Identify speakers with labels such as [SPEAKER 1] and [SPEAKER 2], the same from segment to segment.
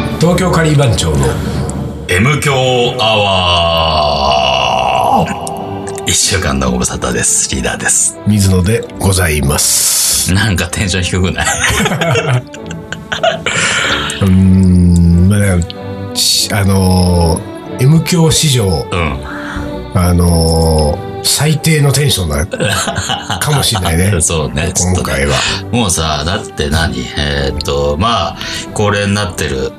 [SPEAKER 1] リー番長の
[SPEAKER 2] M 強アワー一週間のご無沙汰です。リーダーです。
[SPEAKER 3] 水野でございます。
[SPEAKER 2] なんかテンション低くない
[SPEAKER 3] うーん、まあ、だからしあのー、M 教史上、
[SPEAKER 2] う
[SPEAKER 3] あのー、最低のテンションだ、かもしれないね
[SPEAKER 2] ん。。 そうね。ちょっと
[SPEAKER 3] 今
[SPEAKER 2] ね
[SPEAKER 3] 回は。
[SPEAKER 2] もうさ、だって何えーっと、まあ、恒例になってる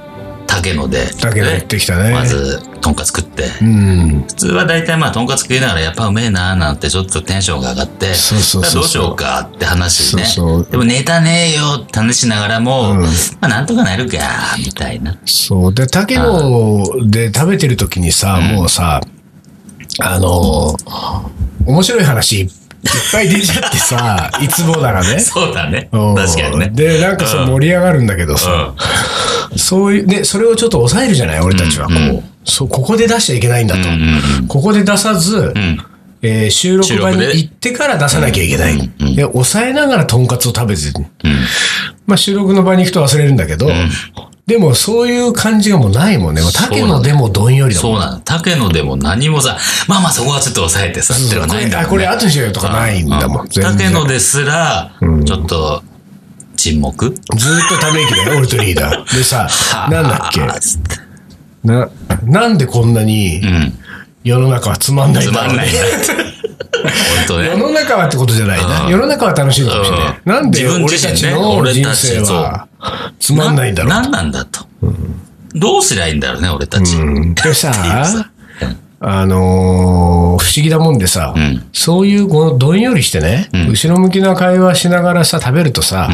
[SPEAKER 2] 竹野で。
[SPEAKER 3] だけどやってきた
[SPEAKER 2] ね
[SPEAKER 3] ね。
[SPEAKER 2] まず、とんかつ食って。
[SPEAKER 3] うん。
[SPEAKER 2] 普通は大体まあ、とんかつ食いながら、やっぱうめえなーなんてちょっとテンションが上がって、
[SPEAKER 3] そうそうそうそう
[SPEAKER 2] どうしようかって話
[SPEAKER 3] そ
[SPEAKER 2] ね。
[SPEAKER 3] うそう。
[SPEAKER 2] でもネタねえよって話しながらも、
[SPEAKER 3] うん
[SPEAKER 2] まあなんとかなるか、みたいな。
[SPEAKER 3] そう。で、竹野で食べてる時にさ、もうさ、あのー、面白い話いっぱい出ちゃって さ、いつもならね。
[SPEAKER 2] そうだね。
[SPEAKER 3] うん
[SPEAKER 2] 確かにね。
[SPEAKER 3] で、なんかそう盛り上がるんだけど
[SPEAKER 2] う
[SPEAKER 3] さ、
[SPEAKER 2] ん。
[SPEAKER 3] そういう、ね、それをちょっと抑えるじゃない、俺たちは。こう、
[SPEAKER 2] うんう
[SPEAKER 3] そう、ここで出しちゃいけないんだと。
[SPEAKER 2] うんうん
[SPEAKER 3] ここで出さず、
[SPEAKER 2] うん。
[SPEAKER 3] えー収録場に
[SPEAKER 2] 収録で
[SPEAKER 3] 行ってから出さなきゃいけない。で、抑えながらとんかつを食べてる、まあ収録の場に行くと忘れるんだけど、でもそういう感じがもうないもんね。もう
[SPEAKER 2] そう
[SPEAKER 3] 竹
[SPEAKER 2] なんだ
[SPEAKER 3] 野でもどんよりだ
[SPEAKER 2] そ
[SPEAKER 3] もん。
[SPEAKER 2] うなの。竹野でも何もさ、まあまあそこはちょっと抑えてさ、ってのは
[SPEAKER 3] こ
[SPEAKER 2] ない
[SPEAKER 3] れ
[SPEAKER 2] んだ
[SPEAKER 3] あ
[SPEAKER 2] もん
[SPEAKER 3] こ
[SPEAKER 2] ね
[SPEAKER 3] れ後にしようよとかないんだも。
[SPEAKER 2] うん
[SPEAKER 3] 全然
[SPEAKER 2] 竹野ですら、ちょっと、沈黙
[SPEAKER 3] ずーっとため息だよ、俺とリーダー。でさ、なんだっけ
[SPEAKER 2] あーつって
[SPEAKER 3] な、なんでこんなに
[SPEAKER 2] うん。
[SPEAKER 3] 世の中はつまんない
[SPEAKER 2] つ
[SPEAKER 3] んだ
[SPEAKER 2] ま
[SPEAKER 3] ろうん
[SPEAKER 2] な
[SPEAKER 3] ね
[SPEAKER 2] い。本当
[SPEAKER 3] 世
[SPEAKER 2] ね。
[SPEAKER 3] の中はってことじゃないな。世の中は楽しいかもしれない。
[SPEAKER 2] うん
[SPEAKER 3] なんで
[SPEAKER 2] 自分
[SPEAKER 3] 俺
[SPEAKER 2] 自
[SPEAKER 3] た
[SPEAKER 2] 身
[SPEAKER 3] ち
[SPEAKER 2] ね
[SPEAKER 3] の
[SPEAKER 2] 俺
[SPEAKER 3] 人
[SPEAKER 2] たち
[SPEAKER 3] 生はつまんないんだろう
[SPEAKER 2] な。なんなんだと。どうすりゃいいんだろうね、俺たち。
[SPEAKER 3] うんで
[SPEAKER 2] さ
[SPEAKER 3] さ、あのー不思議だもんでさ、
[SPEAKER 2] ん
[SPEAKER 3] そういうこのどんよりしてね、後ろ向きな会話しながらさ、食べるとさ、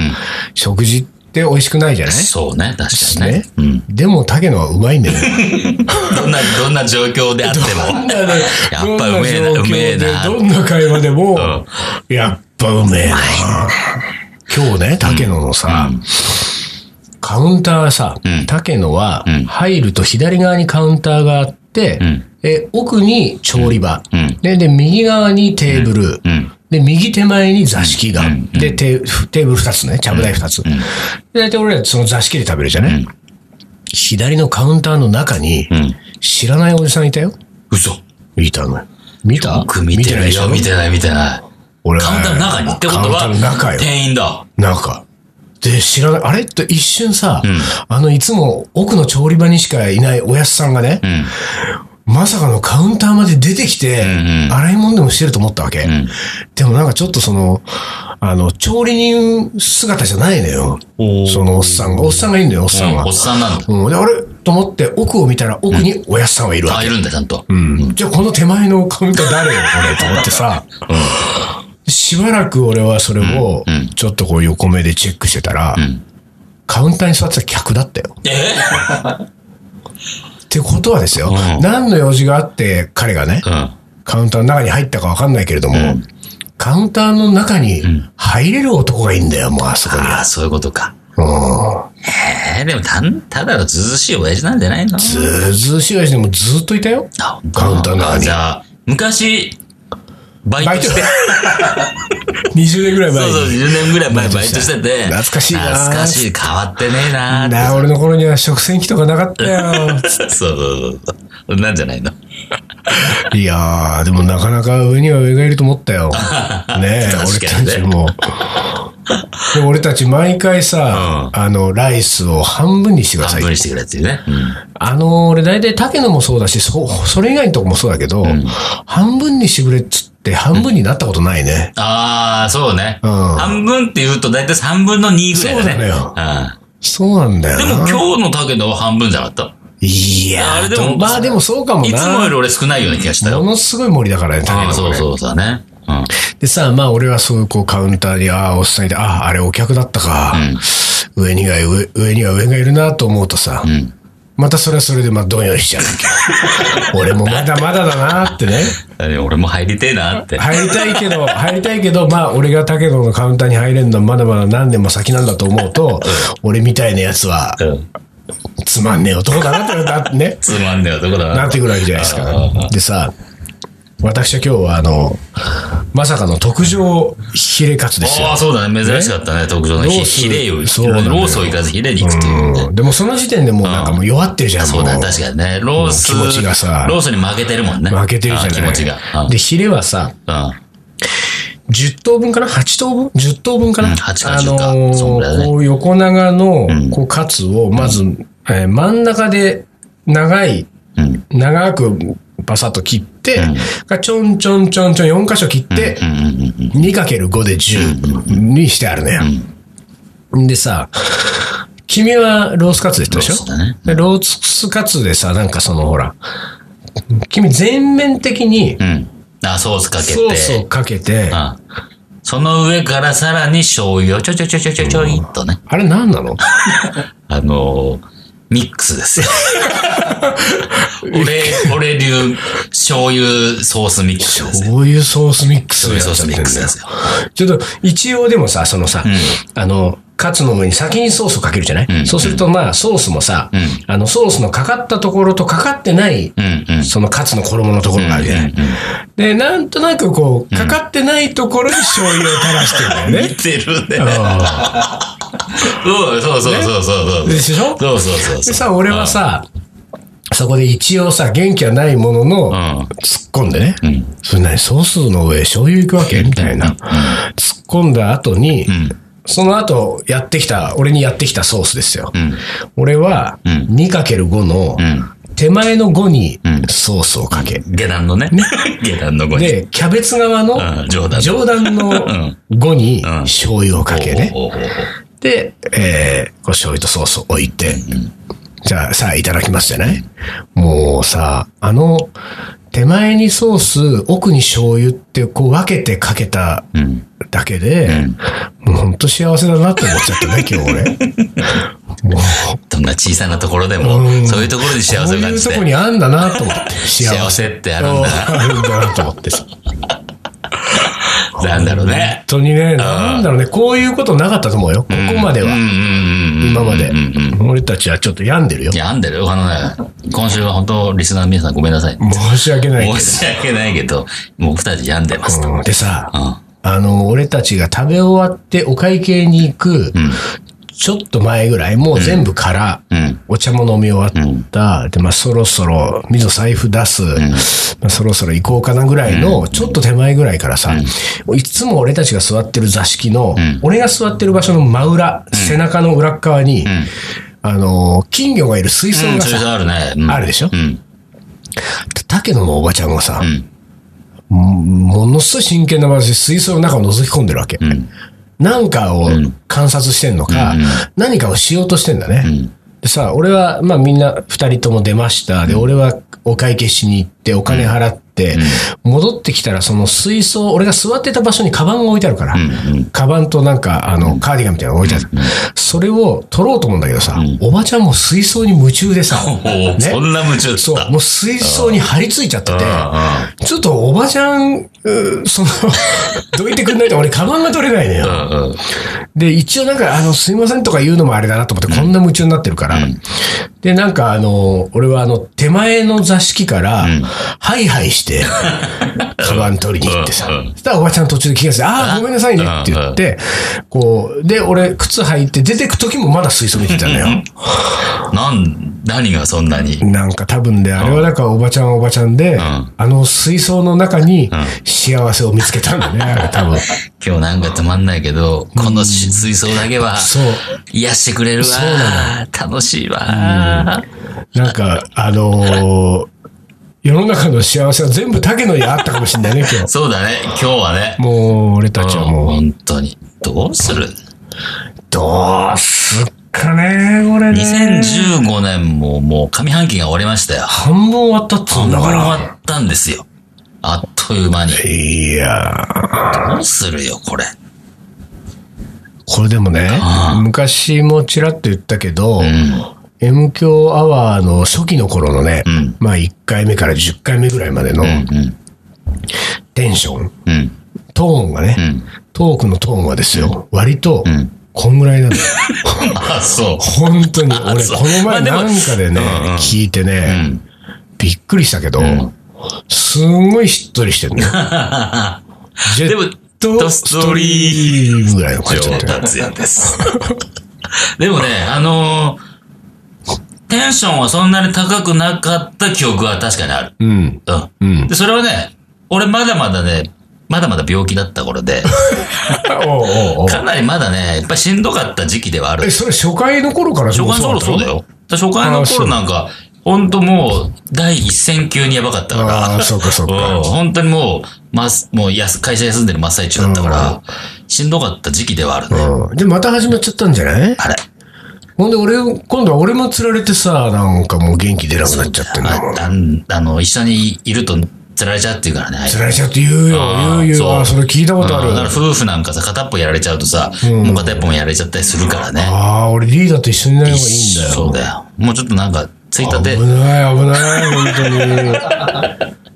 [SPEAKER 3] 食事って美味しくないじゃない
[SPEAKER 2] そうね、確かにね
[SPEAKER 3] ね。
[SPEAKER 2] うん。
[SPEAKER 3] でも、竹野はうまいんだよね。
[SPEAKER 2] どんな、どんな状況であっても。やっぱうめえな、
[SPEAKER 3] ど
[SPEAKER 2] うんめ
[SPEAKER 3] 状況
[SPEAKER 2] え
[SPEAKER 3] で
[SPEAKER 2] な。
[SPEAKER 3] どんな会話でも、
[SPEAKER 2] ん
[SPEAKER 3] やっぱうめえな。今日ね、竹野のさ、カウンターはさ、
[SPEAKER 2] ん
[SPEAKER 3] 竹野は
[SPEAKER 2] ん
[SPEAKER 3] 入ると左側にカウンターがあって、
[SPEAKER 2] ん
[SPEAKER 3] え奥に調理場、
[SPEAKER 2] うん
[SPEAKER 3] でで、右側にテーブル、
[SPEAKER 2] うん。
[SPEAKER 3] で、右手前に座敷が、
[SPEAKER 2] うん
[SPEAKER 3] でテー、テーブル二つね、ちゃぶ台二つ。で、大体俺らその座敷で食べるじゃない、
[SPEAKER 2] うん
[SPEAKER 3] 左のカウンターの中に、
[SPEAKER 2] うん。
[SPEAKER 3] 知らないおじさんいたよ。
[SPEAKER 2] 嘘。
[SPEAKER 3] いたのよ。見た
[SPEAKER 2] よく見て
[SPEAKER 3] ない
[SPEAKER 2] る
[SPEAKER 3] でしょ
[SPEAKER 2] よ、見てない、見てない。
[SPEAKER 3] 俺
[SPEAKER 2] カウンターの中にってこと
[SPEAKER 3] カウンターの中
[SPEAKER 2] は、
[SPEAKER 3] よ。
[SPEAKER 2] 店員だ。
[SPEAKER 3] 中。で、知らない、あれって一瞬さ、
[SPEAKER 2] ん
[SPEAKER 3] あの、いつも奥の調理場にしかいないおやすさんがね、
[SPEAKER 2] うん。
[SPEAKER 3] まさかのカウンターまで出てきて、
[SPEAKER 2] んうん
[SPEAKER 3] 洗い物でもしてると思ったわけ、
[SPEAKER 2] ん
[SPEAKER 3] でもなんかちょっとその、あの、調理人姿じゃないのよ。
[SPEAKER 2] おー
[SPEAKER 3] そのおっさんが。おっさんがいるのよ、おっさん
[SPEAKER 2] う
[SPEAKER 3] が
[SPEAKER 2] んおっ。さんなんだ。
[SPEAKER 3] うん、で、あれと思って奥を見たら奥におやすさんはいるわ
[SPEAKER 2] あ、
[SPEAKER 3] け。
[SPEAKER 2] いるんだ、ちゃんと。
[SPEAKER 3] うんじゃあこの手前のカウンター誰よ、これ、と思ってさ。しばらく俺はそれを
[SPEAKER 2] うんうん、
[SPEAKER 3] ちょっとこう横目でチェックしてたら、
[SPEAKER 2] ん
[SPEAKER 3] カウンターに座ってた客だったよ。
[SPEAKER 2] え
[SPEAKER 3] ってことはですよ、
[SPEAKER 2] うん
[SPEAKER 3] 何の用事があって彼がね、
[SPEAKER 2] うん。
[SPEAKER 3] カウンターの中に入ったかわかんないけれども、
[SPEAKER 2] ん
[SPEAKER 3] カウンターの中に入れる男がいいんだよ、もうあそこに
[SPEAKER 2] ああ、そういうことか。
[SPEAKER 3] は。うん
[SPEAKER 2] ええ、でも、たん、ただのずうずうしい親父なんじゃないの
[SPEAKER 3] ずーずーしい親父でもずーっといたよ。
[SPEAKER 2] あ、本当
[SPEAKER 3] カウンターの中に
[SPEAKER 2] あじゃあ、昔、バイトして、
[SPEAKER 3] 20年ぐらい前
[SPEAKER 2] そう
[SPEAKER 3] に。
[SPEAKER 2] そう、10年ぐらい前バ
[SPEAKER 3] バ
[SPEAKER 2] イ
[SPEAKER 3] イ
[SPEAKER 2] ト
[SPEAKER 3] ト
[SPEAKER 2] し
[SPEAKER 3] してて
[SPEAKER 2] て。
[SPEAKER 3] 懐かしいな
[SPEAKER 2] 懐かしい。変わってねえなー
[SPEAKER 3] なあ俺の頃には食洗機とかなかったよ。
[SPEAKER 2] って。そうそうそうそう。なんじゃないの
[SPEAKER 3] いやー、でもなかなか上には上がいると思った よ。ねえ、
[SPEAKER 2] 確
[SPEAKER 3] 俺
[SPEAKER 2] かに
[SPEAKER 3] た
[SPEAKER 2] ね
[SPEAKER 3] ちも。で俺たち毎回さ、あの、ライスを半分にしてくださ
[SPEAKER 2] 半
[SPEAKER 3] い
[SPEAKER 2] 分。にしてくれっていうね。
[SPEAKER 3] あの、俺大体竹野もそうだし、そ、それ以外のとこもそうだけど、半分にしてくれっつって半分になったことないね。
[SPEAKER 2] ああ、そうね。
[SPEAKER 3] うん
[SPEAKER 2] 半分って言うと大体3分の2ぐらい
[SPEAKER 3] そうな
[SPEAKER 2] だね。
[SPEAKER 3] のよ
[SPEAKER 2] うん
[SPEAKER 3] そうなんだよ
[SPEAKER 2] で
[SPEAKER 3] な。
[SPEAKER 2] も今日の竹野は半分じゃなかっ
[SPEAKER 3] いや
[SPEAKER 2] あれ
[SPEAKER 3] ー
[SPEAKER 2] でも
[SPEAKER 3] とまあでもそうかもな。
[SPEAKER 2] た。いつもより俺少ないような気がしたよ。
[SPEAKER 3] ものすごい森だからね、竹野
[SPEAKER 2] あ
[SPEAKER 3] も
[SPEAKER 2] あ、
[SPEAKER 3] ね。
[SPEAKER 2] そうそうだね。うん。
[SPEAKER 3] でさ、まあ俺はそういうこうカウンターに、ああ、おっさんいて、ああ、あれお客だったか。上にが上、上には上がいるなと思うとさ、
[SPEAKER 2] ん
[SPEAKER 3] またそれはそれでまあどんよりしちゃうわ け。俺もまだまだだなってね。
[SPEAKER 2] だから俺も入りてえなって。
[SPEAKER 3] 入りたいけど、入りたいけど、まあ俺が竹野のカウンターに入れるのはまだまだ何年も先なんだと思うと、俺みたいなやつは
[SPEAKER 2] うん
[SPEAKER 3] つまんねえ男だなってなってね。
[SPEAKER 2] つまんねえ男だな。
[SPEAKER 3] なってくるわけじゃないです
[SPEAKER 2] あ
[SPEAKER 3] か。でさ、私は今日はあの、まさかの特上ヒレカツですよ。
[SPEAKER 2] ああ、そうだね。珍しかったね。特上の
[SPEAKER 3] ロ
[SPEAKER 2] ヒ
[SPEAKER 3] ース
[SPEAKER 2] ヒレを、ロ
[SPEAKER 3] そうなんだよ
[SPEAKER 2] ースをいかずヒレに行くっていうね。
[SPEAKER 3] うんでもその時点でもうなんかもう弱ってるじゃん、も
[SPEAKER 2] そうだ、確かにね。ロース、
[SPEAKER 3] もう気持ちがさ
[SPEAKER 2] ロースに負けてるもんね。
[SPEAKER 3] 負けてるじゃない。
[SPEAKER 2] あー気持ちが。うん
[SPEAKER 3] で、ヒレはさ、
[SPEAKER 2] う
[SPEAKER 3] 10等分かな ?8 等分 ?10 等分かな、
[SPEAKER 2] うん8か
[SPEAKER 3] あの
[SPEAKER 2] 10かそんぐらいだ
[SPEAKER 3] ー
[SPEAKER 2] ね
[SPEAKER 3] こう横長の
[SPEAKER 2] ん、
[SPEAKER 3] こう、カツを、まず、えー真ん中で長い、
[SPEAKER 2] ん。うん。
[SPEAKER 3] 長くパサッと切って、
[SPEAKER 2] うん
[SPEAKER 3] がちょんちょんちょんちょん4箇所切って、
[SPEAKER 2] うんうんうんうん。
[SPEAKER 3] 2×5 で10にしてあるのよ。でさ、君はロースカツでしたでしょ
[SPEAKER 2] ロースだね
[SPEAKER 3] でロースカツでさ、なんかそのほら、君全面的に
[SPEAKER 2] うん。あ、ソースかけて。
[SPEAKER 3] ソースをかけて、
[SPEAKER 2] うん。その上からさらに醤油をちょちょちょちょちょちょいっとね。
[SPEAKER 3] あれ何なの
[SPEAKER 2] あのーミックスですよ。俺、俺流醤油ソースミックスですね。
[SPEAKER 3] そういうソースミックス
[SPEAKER 2] 醤
[SPEAKER 3] をやっち
[SPEAKER 2] 油
[SPEAKER 3] ゃって
[SPEAKER 2] ソース
[SPEAKER 3] ん
[SPEAKER 2] ミ
[SPEAKER 3] だ
[SPEAKER 2] ッ
[SPEAKER 3] よ
[SPEAKER 2] クスですよ。
[SPEAKER 3] ちょっと一応でもさ、そのさ、
[SPEAKER 2] う
[SPEAKER 3] あの、カツの上に先にソースをかけるじゃない、
[SPEAKER 2] うん
[SPEAKER 3] そうするとまあソースもさ、
[SPEAKER 2] うん
[SPEAKER 3] あのソースのかかったところとかかってない、
[SPEAKER 2] うんうん。
[SPEAKER 3] そのカツの衣のところがあるじゃない、で、なんとなくこう、かかってないところに醤油を垂らしてるんだよね。
[SPEAKER 2] 似てるね。
[SPEAKER 3] う
[SPEAKER 2] そうそうそうそうそう。
[SPEAKER 3] んでしょ
[SPEAKER 2] そうそうそうそう。
[SPEAKER 3] でさ、俺はさ、そこで一応さ、元気はないものの、
[SPEAKER 2] うん、
[SPEAKER 3] 突っ込んでね、
[SPEAKER 2] ん
[SPEAKER 3] それ何、ソースの上醤油いくわけみたいな。突っ込んだ後に、
[SPEAKER 2] ん
[SPEAKER 3] その後やってきた、俺にやってきたソースですよ。
[SPEAKER 2] うん、
[SPEAKER 3] 俺は、
[SPEAKER 2] ん
[SPEAKER 3] 2×5 の、
[SPEAKER 2] ん
[SPEAKER 3] 手前の5に
[SPEAKER 2] ん
[SPEAKER 3] ソースをかけ。
[SPEAKER 2] 下段のね。下段の子に。
[SPEAKER 3] で、キャベツ側の、
[SPEAKER 2] うん上段の
[SPEAKER 3] 上段の
[SPEAKER 2] ん
[SPEAKER 3] 5に
[SPEAKER 2] ん
[SPEAKER 3] 醤油をかけね。
[SPEAKER 2] おうおうおう
[SPEAKER 3] で、えー、こう醤油とソースを置いて、じゃあ、さあ、いただきますじゃないもうさ、あの、手前にソース、奥に醤油って、こう分けてかけた
[SPEAKER 2] おううん。
[SPEAKER 3] だけで、もうほんと幸せだなって思っちゃったね、今日 俺。もう、
[SPEAKER 2] どんな小さなところで
[SPEAKER 3] う
[SPEAKER 2] も、
[SPEAKER 3] ん
[SPEAKER 2] そういうところに幸
[SPEAKER 3] こう
[SPEAKER 2] せを
[SPEAKER 3] い
[SPEAKER 2] 感
[SPEAKER 3] う
[SPEAKER 2] じ
[SPEAKER 3] と
[SPEAKER 2] て
[SPEAKER 3] こ。にあんだなと思って、幸
[SPEAKER 2] 幸
[SPEAKER 3] せ。
[SPEAKER 2] せってあるんだ。
[SPEAKER 3] あるんだなと思ってさ。
[SPEAKER 2] なんだろうね
[SPEAKER 3] 本。当にね、なんだろうね、こういうことなかったと思うよ。ここまで
[SPEAKER 2] うんう
[SPEAKER 3] は、
[SPEAKER 2] んうんうん。
[SPEAKER 3] 今まで
[SPEAKER 2] うんうん。。
[SPEAKER 3] 俺たちはちょっと病んでるよ。
[SPEAKER 2] 病んでるあのね、今週は本当、リスナーの皆さんごめんなさい。
[SPEAKER 3] 申し訳ないけど
[SPEAKER 2] 申し訳ないけど、もう二人病んでますと。うん。
[SPEAKER 3] うんでさ、
[SPEAKER 2] あ
[SPEAKER 3] あの、俺たちが食べ終わってお会計に行く、ちょっと前ぐらい、もう全部から、
[SPEAKER 2] うん
[SPEAKER 3] お茶も飲み終わった、で、まあ、そろそろ、水財布出す、まあ、そろそろ行こうかなぐらいの、ちょっと手前ぐらいからさ、いつも俺たちが座ってる座敷の、俺が座ってる場所の真裏、背中の裏っ側に、あの、金魚がいる水槽
[SPEAKER 2] うん、
[SPEAKER 3] が
[SPEAKER 2] それ
[SPEAKER 3] さ、
[SPEAKER 2] があるね。うん
[SPEAKER 3] あるでしょ
[SPEAKER 2] うん。
[SPEAKER 3] 竹野のおばちゃんがさ、
[SPEAKER 2] ん
[SPEAKER 3] ものすごい真剣な話で水槽の中を覗き込んでるわけ。
[SPEAKER 2] うん。
[SPEAKER 3] なんかを観察してんのか、何かをしようとしてんだね。
[SPEAKER 2] ん
[SPEAKER 3] でさ、俺は、まあみんな二人とも出ました。で、俺はお会計しに行って、お金払って、戻ってきたら、その水槽、俺が座ってた場所にカバンが置いてあるから、カバンとなんか、あの、カーディガンみたいなのが置いてある。それを取ろうと思うんだけどさ、おばちゃんも水槽に夢中 でさ、
[SPEAKER 2] おお、そんな夢中だった。
[SPEAKER 3] そう、もう水槽に張り付いちゃってて、ちょっとおばちゃん、うーその、 どいてくんないと俺カバンが取れないのよ。
[SPEAKER 2] うんうん。
[SPEAKER 3] で、一応なんか、あの、すいませんとか言うのもあれだなと思って、こんな夢中になってるから。で、なんか、あの、俺はあの、手前の座敷から、ハイハイして、カバン取りに行ってさ
[SPEAKER 2] うんうん。
[SPEAKER 3] そしたらおばちゃん途中で気がして、ああ、ごめんなさいねって言って、こう、で、俺、靴履いて出てく時もまだ水槽見てたのよ。
[SPEAKER 2] なん、何がそんなに。
[SPEAKER 3] なんか多分で、あれはなんかおばちゃんはおばちゃんで、あの水槽の中に幸せを見つけたんだね、あれ多 分。
[SPEAKER 2] 今日なんかつまんないけど、このし水槽だけは、
[SPEAKER 3] そう。
[SPEAKER 2] 癒してくれるわ。
[SPEAKER 3] そうな
[SPEAKER 2] 楽しいわ。
[SPEAKER 3] なんか、あのー世の中の幸せは全部竹野にあったかもしれないね、今日。
[SPEAKER 2] そうだね、今日はね。
[SPEAKER 3] もう、俺たちはもう、
[SPEAKER 2] 本当に。どうする
[SPEAKER 3] どうすっかね、これね。
[SPEAKER 2] 2015年ももう上半期が終わりましたよ。
[SPEAKER 3] 半分終わったっつうんだか
[SPEAKER 2] 半分
[SPEAKER 3] ら。
[SPEAKER 2] 終わったんですよ。あっという間に。
[SPEAKER 3] いやー
[SPEAKER 2] どうするよ、これ。
[SPEAKER 3] これでもね
[SPEAKER 2] あ、
[SPEAKER 3] 昔もちらっと言ったけど、
[SPEAKER 2] うん。
[SPEAKER 3] M 強アワーの初期の頃のね、
[SPEAKER 2] ん
[SPEAKER 3] まあ1回目から10回目ぐらいまでの
[SPEAKER 2] うん。
[SPEAKER 3] テンション、
[SPEAKER 2] うん。
[SPEAKER 3] トーンがね、
[SPEAKER 2] うん。
[SPEAKER 3] トークのトーンはですよ、割と
[SPEAKER 2] ん、
[SPEAKER 3] こんぐらいなん だよ。
[SPEAKER 2] あ、そう。
[SPEAKER 3] 本当に、俺、
[SPEAKER 2] そう
[SPEAKER 3] この
[SPEAKER 2] まあ
[SPEAKER 3] 前
[SPEAKER 2] でも
[SPEAKER 3] なんかでね
[SPEAKER 2] うんうん、
[SPEAKER 3] 聞いて
[SPEAKER 2] う
[SPEAKER 3] ね
[SPEAKER 2] ん、
[SPEAKER 3] びっくりしたけど
[SPEAKER 2] ん、
[SPEAKER 3] すんごいしっとりしてるね。ジェ
[SPEAKER 2] でも
[SPEAKER 3] ットストリームぐらいの感じだ
[SPEAKER 2] 上
[SPEAKER 3] ったよ
[SPEAKER 2] 達也です。でもね、あのーテンションはそんなに高くなかった記憶は確かにある。
[SPEAKER 3] うん。
[SPEAKER 2] うん。
[SPEAKER 3] うん。
[SPEAKER 2] で、それはね、俺まだまだね、まだまだ病気だった頃で、
[SPEAKER 3] おう おうおう
[SPEAKER 2] かなりまだね、やっぱしんどかった時期ではある
[SPEAKER 3] え、。それ初回の頃から
[SPEAKER 2] 初回の
[SPEAKER 3] だ
[SPEAKER 2] 頃
[SPEAKER 3] ったの
[SPEAKER 2] そうだ。よ。だから初回の頃なんか、ほんともう、第一線級にやばかったから。
[SPEAKER 3] ああ、そうかそう
[SPEAKER 2] うん、
[SPEAKER 3] か。
[SPEAKER 2] 本当にもう、まっ、もうやす、会社休んでる真っ最中だったから、しんどかった時期ではあるね。
[SPEAKER 3] うん。で、また始まっちゃったんじゃない
[SPEAKER 2] あれ。
[SPEAKER 3] ほんで、俺、今度は俺も釣られてさ、なんかもう元気出なくなっちゃってんだもん。
[SPEAKER 2] あんあの、一緒にいると釣られちゃうっていうからね。
[SPEAKER 3] 釣られちゃって言うよ、
[SPEAKER 2] あ
[SPEAKER 3] 言
[SPEAKER 2] ー
[SPEAKER 3] う
[SPEAKER 2] そう
[SPEAKER 3] よ。あー、それ聞いたことあ
[SPEAKER 2] うんだから
[SPEAKER 3] る。
[SPEAKER 2] 夫婦なんかさ、片っぽやられちゃうとさ、
[SPEAKER 3] ん
[SPEAKER 2] もう片っぽもやられちゃったりするからね。
[SPEAKER 3] ああ、俺リーダーと一緒になればいいんだよ。
[SPEAKER 2] そうだよ。もうちょっとなんか、ついたて
[SPEAKER 3] 危、ない、危ない、本当に。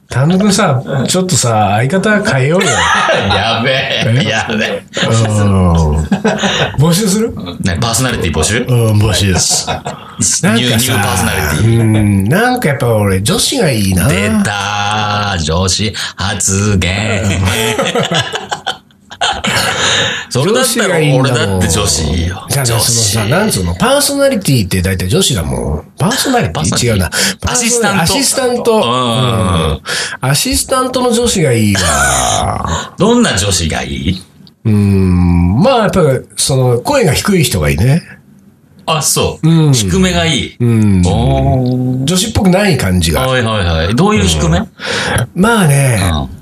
[SPEAKER 3] 単独さ、ちょっとさ、相方変えようよ。
[SPEAKER 2] やべえ、やべえ。
[SPEAKER 3] うん。募集するうん、
[SPEAKER 2] ね、パーソナリティ募集ニュ
[SPEAKER 3] 募集です。
[SPEAKER 2] ーニューパーソナリティ。
[SPEAKER 3] うん、なんかやっぱ俺、女子がいいな。
[SPEAKER 2] 出たー女子発言。 それだったら俺だって女子いいよ。
[SPEAKER 3] じゃ
[SPEAKER 2] 女
[SPEAKER 3] あ、そのさ、
[SPEAKER 2] 子。
[SPEAKER 3] なんつうの、パーソナリティって大体女子だもん。パーソナリテ
[SPEAKER 2] パーソナリテ
[SPEAKER 3] ィ違
[SPEAKER 2] ィ
[SPEAKER 3] うな。
[SPEAKER 2] アシスタント
[SPEAKER 3] パーソナリアシスタント。
[SPEAKER 2] う
[SPEAKER 3] うんん。アシスタントの女子がいいわ。
[SPEAKER 2] どんな女子がいい
[SPEAKER 3] うん。まあ、やっぱり、その、声が低い人がいいね。
[SPEAKER 2] あ、そう。
[SPEAKER 3] うん
[SPEAKER 2] 低めがいい。
[SPEAKER 3] うん。
[SPEAKER 2] おー
[SPEAKER 3] 女子っぽくない感じが。
[SPEAKER 2] はいはいはい。どういう低め
[SPEAKER 3] まあね、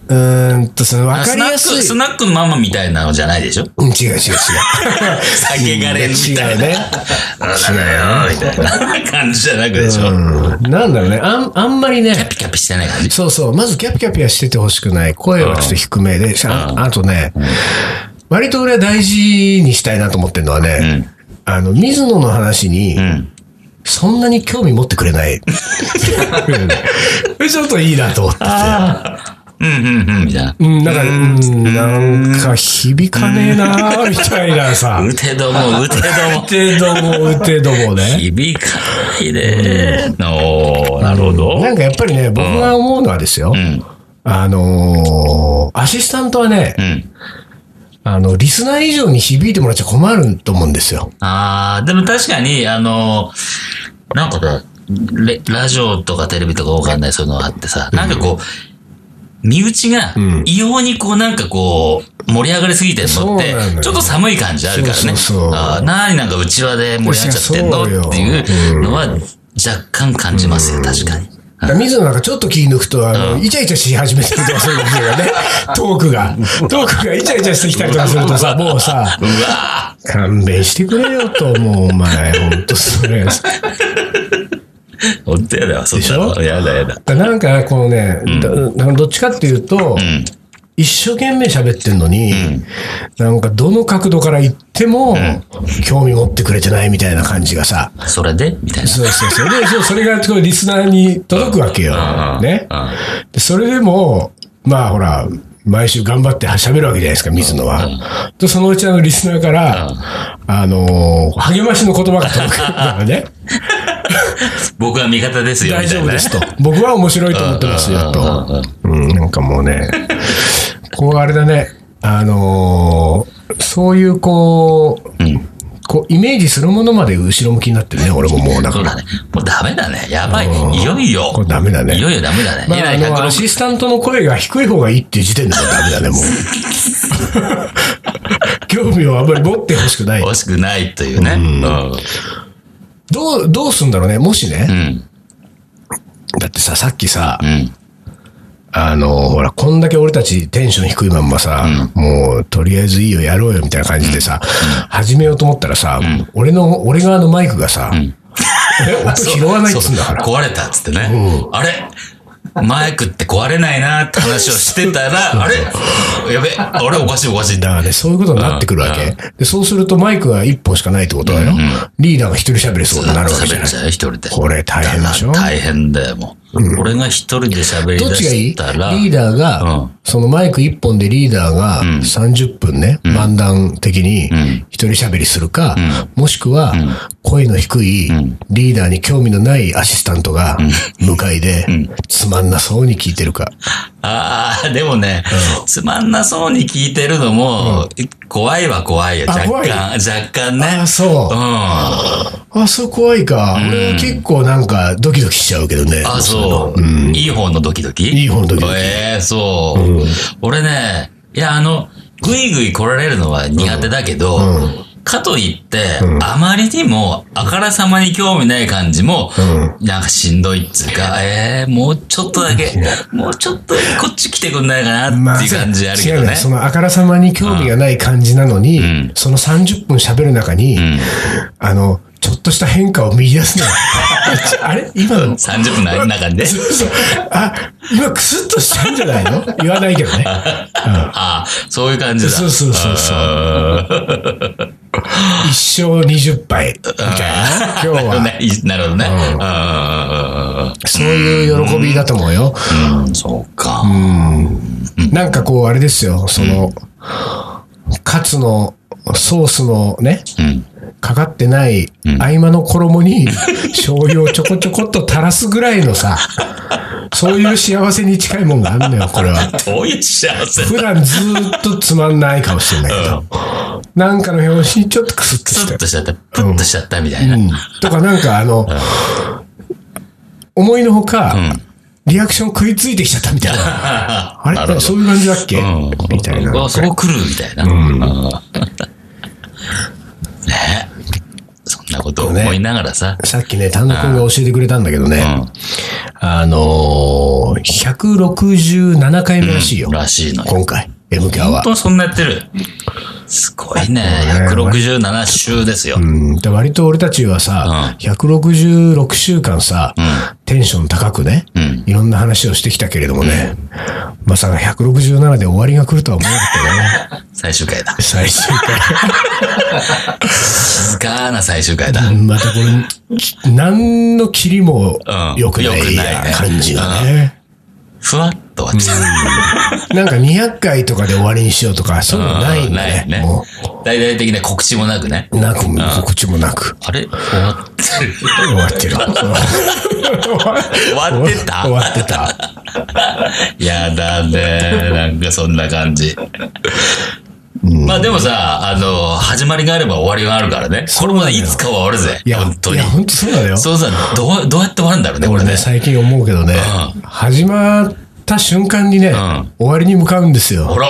[SPEAKER 3] うーんと、その、わか
[SPEAKER 2] ス
[SPEAKER 3] り
[SPEAKER 2] ナック、
[SPEAKER 3] やすい。
[SPEAKER 2] スナックのママみたいなのじゃないでしょ
[SPEAKER 3] うん、違う違う違う。
[SPEAKER 2] 酒がれんみたいな。
[SPEAKER 3] 違うね
[SPEAKER 2] あだよ、 みたいな感じじゃなくでしょ。
[SPEAKER 3] うん。なんだろうね。あん、あんまり
[SPEAKER 2] キャ
[SPEAKER 3] ね、
[SPEAKER 2] ピキャピしてない感じ。
[SPEAKER 3] そうそう。まずキャピキャピはしててほしくない。声はちょっと低めで、ああとね、割と俺は大事にしたいなと思ってるのはね、あの、水野の話に
[SPEAKER 2] う、ん。
[SPEAKER 3] そんなに興味持ってくれ ない。ちょっといいなと思ってて。
[SPEAKER 2] うんうんうん、みたいな。
[SPEAKER 3] うん、なんか、うん、なんか響かねえなーみたいな さ。
[SPEAKER 2] うてども、うてども
[SPEAKER 3] う。てども、うてどもね。
[SPEAKER 2] 響かないね。おー、なるほど。
[SPEAKER 3] なんかやっぱりね、僕が思うのはですよ
[SPEAKER 2] う。ん。
[SPEAKER 3] あのーアシスタントはね
[SPEAKER 2] う、ん。
[SPEAKER 3] あの、リスナー以上に響いてもらっちゃ困ると思うんですよ。
[SPEAKER 2] あー、でも確かに、あの、なんかさ、レラジオとかテレビとかわかんないそういうのがあってさ、なんかこう、身内が
[SPEAKER 3] ん
[SPEAKER 2] 異様にこうなんかこう、盛り上がりすぎてるのっ
[SPEAKER 3] そうなの
[SPEAKER 2] て、
[SPEAKER 3] よ
[SPEAKER 2] ちょっと寒い感じあるからね。
[SPEAKER 3] そうそうそう
[SPEAKER 2] あーなーになんかうちわで盛り上がっちゃってんの
[SPEAKER 3] いやそうよ
[SPEAKER 2] っていうのは若干感じますよ、確かに。
[SPEAKER 3] だから水野なんかちょっと気抜くと、あの、イチャイチャし始めたりとかするんですよね。トークが。トークがイチャイチャしてきたりとかするとさ、 もうさ、
[SPEAKER 2] うわ
[SPEAKER 3] 勘弁してくれよと思う、お前。ほんと、それ。
[SPEAKER 2] ーほんとやだわ、そんな
[SPEAKER 3] でし
[SPEAKER 2] の。やだやだ。
[SPEAKER 3] だからなんか、このね、だだどっちかっていうと、
[SPEAKER 2] うん。
[SPEAKER 3] 一生懸命喋ってんのに、なんかどの角度から言っても、興味持ってくれてないみたいな感じがさ。
[SPEAKER 2] それでみたいな。
[SPEAKER 3] そうそうそう。で、そうそれがこうリスナーに届くわけよ
[SPEAKER 2] うん。
[SPEAKER 3] ね
[SPEAKER 2] うん。
[SPEAKER 3] でそれでも、まあほら、毎週頑張って喋るわけじゃないですか、水野は。と、そのうちあのリスナーから、あのー励ましの言葉が届く からね。
[SPEAKER 2] 僕は味方ですよ、
[SPEAKER 3] 大
[SPEAKER 2] みた
[SPEAKER 3] 丈
[SPEAKER 2] い
[SPEAKER 3] 夫
[SPEAKER 2] な
[SPEAKER 3] で
[SPEAKER 2] ね。
[SPEAKER 3] すと。僕は面白いと思ってますよ、
[SPEAKER 2] うんうん
[SPEAKER 3] と。うん、なんかもうね、こうあれだね、あのーそういうこう、こう、イメージするものまで後ろ向きになってるね、俺ももうだ
[SPEAKER 2] そ
[SPEAKER 3] か
[SPEAKER 2] う
[SPEAKER 3] ら。
[SPEAKER 2] だね。もうダメだね。やばい。
[SPEAKER 3] うん
[SPEAKER 2] いよいよ。
[SPEAKER 3] これダメだね
[SPEAKER 2] いよいよダメだね。
[SPEAKER 3] ま
[SPEAKER 2] え
[SPEAKER 3] あ、
[SPEAKER 2] ら
[SPEAKER 3] あ
[SPEAKER 2] い
[SPEAKER 3] の、ア
[SPEAKER 2] 160
[SPEAKER 3] シスタントの声が低い方がいいっていう時点でもうダメだね、もう。 興味をあんまり持ってほしくない。
[SPEAKER 2] 欲しくないというね。うん。
[SPEAKER 3] どう、どうすんだろうね、もし
[SPEAKER 2] う
[SPEAKER 3] ね。
[SPEAKER 2] ん。
[SPEAKER 3] だってさ、さっきさ
[SPEAKER 2] う、ん。
[SPEAKER 3] あの、ほら、こんだけ俺たちテンション低いまんまさ、もう、とりあえずいいよ、やろうよ、みたいな感じでさ、始めようと思ったらさ、俺の、俺側のマイクがさ、え 音拾わないっつうんだから。
[SPEAKER 2] そう壊れたっつってね。あれマイクって壊れないなって話をしてたら、あれやべ、あれおかしいおかしい。
[SPEAKER 3] だからね、そういうことになってくるわけ。で、そうするとマイクが1本しかないってことだよ。リーダーが一人喋れそうになるわけじゃ
[SPEAKER 2] 喋
[SPEAKER 3] ない
[SPEAKER 2] り。ちゃうよ一人で。
[SPEAKER 3] これ大変でしょ
[SPEAKER 2] だから大変だよ、もう。俺が一人で喋り
[SPEAKER 3] どっ
[SPEAKER 2] 出
[SPEAKER 3] ちがいいリ
[SPEAKER 2] したら。
[SPEAKER 3] ーダーが、
[SPEAKER 2] うん
[SPEAKER 3] そのマイク1本でリーダーが30分ね、漫談的に一人喋りするか、もしくは、声の低いリーダーに興味のないアシスタントが、向かいで、つまんなそうに聞いてるか。
[SPEAKER 2] ああ、でもね、つまんなそうに聞いてるのも、怖いは怖いよ、
[SPEAKER 3] あ
[SPEAKER 2] 若
[SPEAKER 3] 怖い
[SPEAKER 2] 干、若干ね。
[SPEAKER 3] あ、そうう。
[SPEAKER 2] ん。
[SPEAKER 3] あ、そう怖いか。俺は結構なんかドキドキしちゃうけどね。
[SPEAKER 2] あ、そう。いい方のドキドキ
[SPEAKER 3] いい方のドキドキ
[SPEAKER 2] ええそう、俺ね、いや、あの、ぐいぐい来られるのは苦手だけど、かといって、あまりにも、あからさまに興味ない感じも、なんかしんどいっつうか、ええもうちょっとだけ、もうちょっとこっち来てくんないかなっていう感じあるけど
[SPEAKER 3] 違う
[SPEAKER 2] ね
[SPEAKER 3] な。そのあからさまに興味がない感じなのに、
[SPEAKER 2] ん
[SPEAKER 3] その30分喋る中に、
[SPEAKER 2] ん
[SPEAKER 3] あの、ちょっとした変化を見出すの。 あれ今の、
[SPEAKER 2] 30分の中で。
[SPEAKER 3] あ、今クスッとしたんじゃないの言わないけどね。
[SPEAKER 2] ああ、そういう感じだ。
[SPEAKER 3] そうそうそうそう一生20杯。みたいな。今日
[SPEAKER 2] なるほど
[SPEAKER 3] は。
[SPEAKER 2] ね。いいなるほどね。
[SPEAKER 3] ん
[SPEAKER 2] うんうんうんうん
[SPEAKER 3] そういう喜びだと思うよ。
[SPEAKER 2] うん。うん、そうか。
[SPEAKER 3] なんかこう、あれですよ。その、カツのソースのね、
[SPEAKER 2] うん。
[SPEAKER 3] かかってない合間の衣に醤油をちょこちょこっと垂らすぐらいのさ、そういう幸せに近いもんがあるのよ、これは。
[SPEAKER 2] どういう幸せ
[SPEAKER 3] 普段ずーっとつまんない顔してんだけど、なんかの表紙にちょっとクスッとし
[SPEAKER 2] ス
[SPEAKER 3] た
[SPEAKER 2] ッとしちゃった。プッとしちゃったみたいな。
[SPEAKER 3] うんとかなんかあの、思いのほか、リアクション食いついてきちゃったみたいな。あ
[SPEAKER 2] なるほど
[SPEAKER 3] れそういう感じだっけ、
[SPEAKER 2] うん
[SPEAKER 3] みたいな。
[SPEAKER 2] うわそこ来るみたいな。うんねそんなことを思いながらさ。
[SPEAKER 3] さっきね、丹野くんが教えてくれたんだけどね、あのー、167回目らしいよ。
[SPEAKER 2] らしいのよ。
[SPEAKER 3] 今回、MK は
[SPEAKER 2] 本。当そんなやってる。すごいね。167週ですよ。
[SPEAKER 3] うん、で割と俺たちはさ、166週間さ、テンション高くね、
[SPEAKER 2] ん
[SPEAKER 3] いろんな話をしてきたけれどもね、まさか167で終わりが来るとは思わなかったね。
[SPEAKER 2] 最終回だ。
[SPEAKER 3] 最終
[SPEAKER 2] 静かな最終回だ。
[SPEAKER 3] 回。またこれ、き何の切りも
[SPEAKER 2] うん
[SPEAKER 3] 良くな
[SPEAKER 2] 良くない
[SPEAKER 3] い
[SPEAKER 2] ね
[SPEAKER 3] 感じがね。
[SPEAKER 2] ふわっと終わっちゃ
[SPEAKER 3] なんか200回とかで終わりにしようとか、そういうの
[SPEAKER 2] う。
[SPEAKER 3] ないん
[SPEAKER 2] うん
[SPEAKER 3] だ
[SPEAKER 2] ない
[SPEAKER 3] ね。
[SPEAKER 2] ね
[SPEAKER 3] も。
[SPEAKER 2] 大々的な告知もなくね。
[SPEAKER 3] う、なくも告知もなく。
[SPEAKER 2] あれ終わってる。
[SPEAKER 3] 終わってる。
[SPEAKER 2] 終
[SPEAKER 3] 終
[SPEAKER 2] わってた
[SPEAKER 3] 終わってた。
[SPEAKER 2] やだね。なんかそんな感じ。まあでもさ、あの、始まりがあれば終わりがあるからね。これもねいつかは終わるぜ。
[SPEAKER 3] いや、
[SPEAKER 2] 本当に
[SPEAKER 3] いや、。本当そうだよ。
[SPEAKER 2] そうさ、どう、どうやって終わるんだろうね、こ
[SPEAKER 3] 俺
[SPEAKER 2] れね
[SPEAKER 3] ね、。最近思うけどね、始まった瞬間にね、
[SPEAKER 2] ん
[SPEAKER 3] 終わりに向かうんです
[SPEAKER 2] ほ
[SPEAKER 3] よ。
[SPEAKER 2] ら、
[SPEAKER 3] い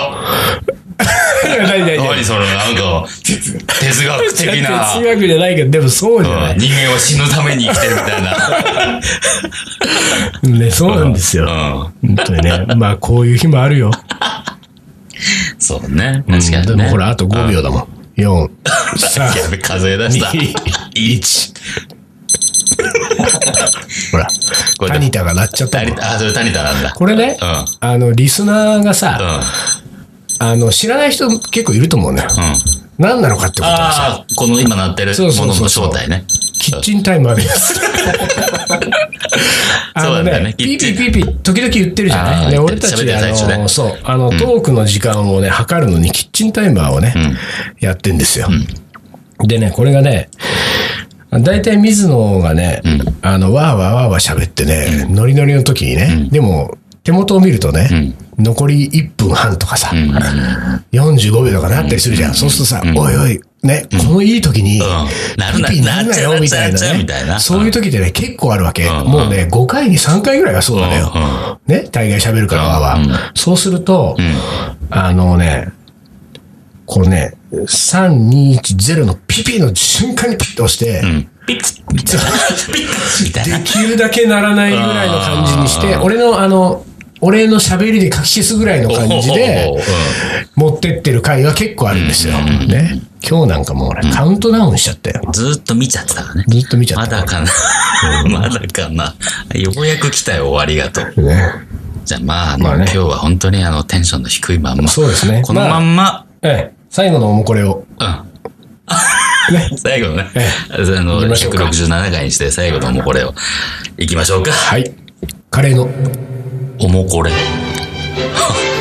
[SPEAKER 3] やないないない
[SPEAKER 2] 何その、なんか、 哲学的な。
[SPEAKER 3] 哲学じゃないけど、でもそうじゃな
[SPEAKER 2] うん
[SPEAKER 3] い。
[SPEAKER 2] 人間は死ぬために生きてるみたいな。
[SPEAKER 3] ね、そうなんですよ。
[SPEAKER 2] うん。
[SPEAKER 3] 本当にね。まあ、こういう日もあるよ。
[SPEAKER 2] そうね。確か
[SPEAKER 3] で
[SPEAKER 2] に
[SPEAKER 3] も
[SPEAKER 2] ね。
[SPEAKER 3] ほら、あと5秒だもん。4、
[SPEAKER 2] や
[SPEAKER 3] 3、
[SPEAKER 2] べ、数え出した。
[SPEAKER 3] 1。ほら、
[SPEAKER 2] これ
[SPEAKER 3] タニタが鳴っちゃったも
[SPEAKER 2] 谷
[SPEAKER 3] ん
[SPEAKER 2] 田あ、それ谷田なんだ。
[SPEAKER 3] これね、
[SPEAKER 2] うん
[SPEAKER 3] あの、リスナーがさ、
[SPEAKER 2] うん。
[SPEAKER 3] あの、知らない人結構いると思うんだよ。
[SPEAKER 2] うん。
[SPEAKER 3] 何なのかってことはさ、
[SPEAKER 2] ああ、この今鳴ってる
[SPEAKER 3] そう
[SPEAKER 2] も
[SPEAKER 3] そう
[SPEAKER 2] の
[SPEAKER 3] そ
[SPEAKER 2] の
[SPEAKER 3] うそう
[SPEAKER 2] 正体ね。
[SPEAKER 3] キッチンタイマー です。あ
[SPEAKER 2] そうな
[SPEAKER 3] の
[SPEAKER 2] んだよね
[SPEAKER 3] ね、ピーピ
[SPEAKER 2] キッ
[SPEAKER 3] ーピ
[SPEAKER 2] チ
[SPEAKER 3] ーピー、時々言ってるじゃな
[SPEAKER 2] あー
[SPEAKER 3] いで、
[SPEAKER 2] 言って
[SPEAKER 3] 俺
[SPEAKER 2] る
[SPEAKER 3] たち、
[SPEAKER 2] 喋ってる最中ね
[SPEAKER 3] あの、そう、あの、トークの時間をね、測るのにキッチンタイマーをね、やってんですよ。でね、これがね、大体水野がね、あの、わーわーわーわー喋ってね、ノリノリの時にね、でも、手元を見るとね、残り1分半とかさ、45秒とかなったりするじゃん。そうするとさ、おいおい、ね、このいい時に、
[SPEAKER 2] うんなるな
[SPEAKER 3] ピピなんなよみたい
[SPEAKER 2] なっちゃ
[SPEAKER 3] な
[SPEAKER 2] う
[SPEAKER 3] ね。
[SPEAKER 2] みたいな
[SPEAKER 3] そういう時ってね、結構あるわけ。もうね、5回に3回ぐらいはそうなのよ。ね、大概喋るからは、そうすると、あのね、こうね、3210のピピの瞬間にピッと押して、
[SPEAKER 2] うん。ピッツみたいな。ピッツみたい な
[SPEAKER 3] で。きるだけならないぐらいの感じにして、
[SPEAKER 2] あー
[SPEAKER 3] 俺のあの、俺の喋りで書き消すぐらいの感じで
[SPEAKER 2] おおおお、
[SPEAKER 3] 持ってってる回が結構あるんですよ。ね。今日なんかもう俺、カウントダウンしちゃったよ。
[SPEAKER 2] ずーっと見ちゃってたからね。
[SPEAKER 3] ずっと見ちゃ
[SPEAKER 2] ま
[SPEAKER 3] った。
[SPEAKER 2] だかな。まだかな。ようやく来たよ、終わりがと。
[SPEAKER 3] ね。
[SPEAKER 2] じゃあまあ、あの
[SPEAKER 3] まあね
[SPEAKER 2] 今日は本当にあの、テンションの低いまんま。
[SPEAKER 3] そうですね
[SPEAKER 2] このまんま、
[SPEAKER 3] ええ、最後のもこれを。
[SPEAKER 2] うん。 最後のね、
[SPEAKER 3] え
[SPEAKER 2] あの、
[SPEAKER 3] 行きましょうか
[SPEAKER 2] 167回にして最後のもうこれを、いきましょうか。
[SPEAKER 3] はい。カレーの。
[SPEAKER 2] おもこれ。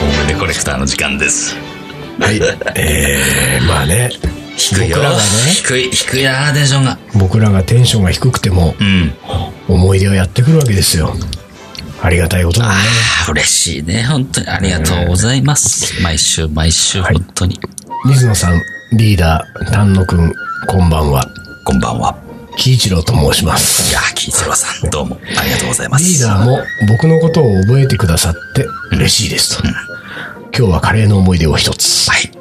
[SPEAKER 2] おもれコレクターの時間です。
[SPEAKER 3] はい。えー、まあね。
[SPEAKER 2] 低いよ
[SPEAKER 3] 僕らがね。
[SPEAKER 2] 低い、低いな、テンションが。
[SPEAKER 3] 僕らがテンションが低くても
[SPEAKER 2] う、ん。
[SPEAKER 3] 思い出をやってくるわけですよ。ありがたいことだね。
[SPEAKER 2] ああ、嬉しいね。本当にありがとうございます。毎週、毎週、
[SPEAKER 3] はい
[SPEAKER 2] 本当に。
[SPEAKER 3] 水野さん、リーダー、丹野くん、こんばんは。
[SPEAKER 2] こんばんは。
[SPEAKER 3] 喜一郎と申しま
[SPEAKER 2] い
[SPEAKER 3] す。
[SPEAKER 2] やー、キイチローさん、どうもありがとうございます。
[SPEAKER 3] リーダーも僕のことを覚えてくださって嬉しいですと。今日はカレーの思い出を一つ。
[SPEAKER 2] はい。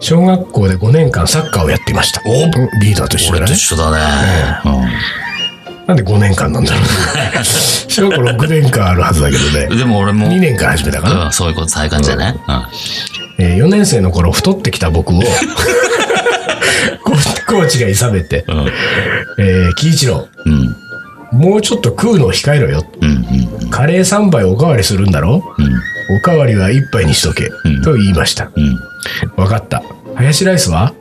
[SPEAKER 3] 小学校で5年間サッカーをやっていました。
[SPEAKER 2] お
[SPEAKER 3] うんリーダーと一緒だ
[SPEAKER 2] 俺と
[SPEAKER 3] ね
[SPEAKER 2] 一。緒だね。
[SPEAKER 3] なんで5年間なんだ ろう。小学校6年間あるはずだけどね
[SPEAKER 2] うん。。でも俺も、
[SPEAKER 3] 2年から始めたかな。
[SPEAKER 2] うん、そういうこと、そういう感じだね。う
[SPEAKER 3] え4年生の頃太ってきた僕を、ココーチがいさめて、
[SPEAKER 2] ん。うん。
[SPEAKER 3] えー、喜一郎、
[SPEAKER 2] うん。
[SPEAKER 3] もうちょっと食うのを控えろよ。
[SPEAKER 2] うん。うん。
[SPEAKER 3] カレー3杯おかわりするんだろ
[SPEAKER 2] うん。
[SPEAKER 3] おかわりは1杯にしとけ。
[SPEAKER 2] うん
[SPEAKER 3] と言いました。
[SPEAKER 2] うん。
[SPEAKER 3] わかった。ハヤシライスは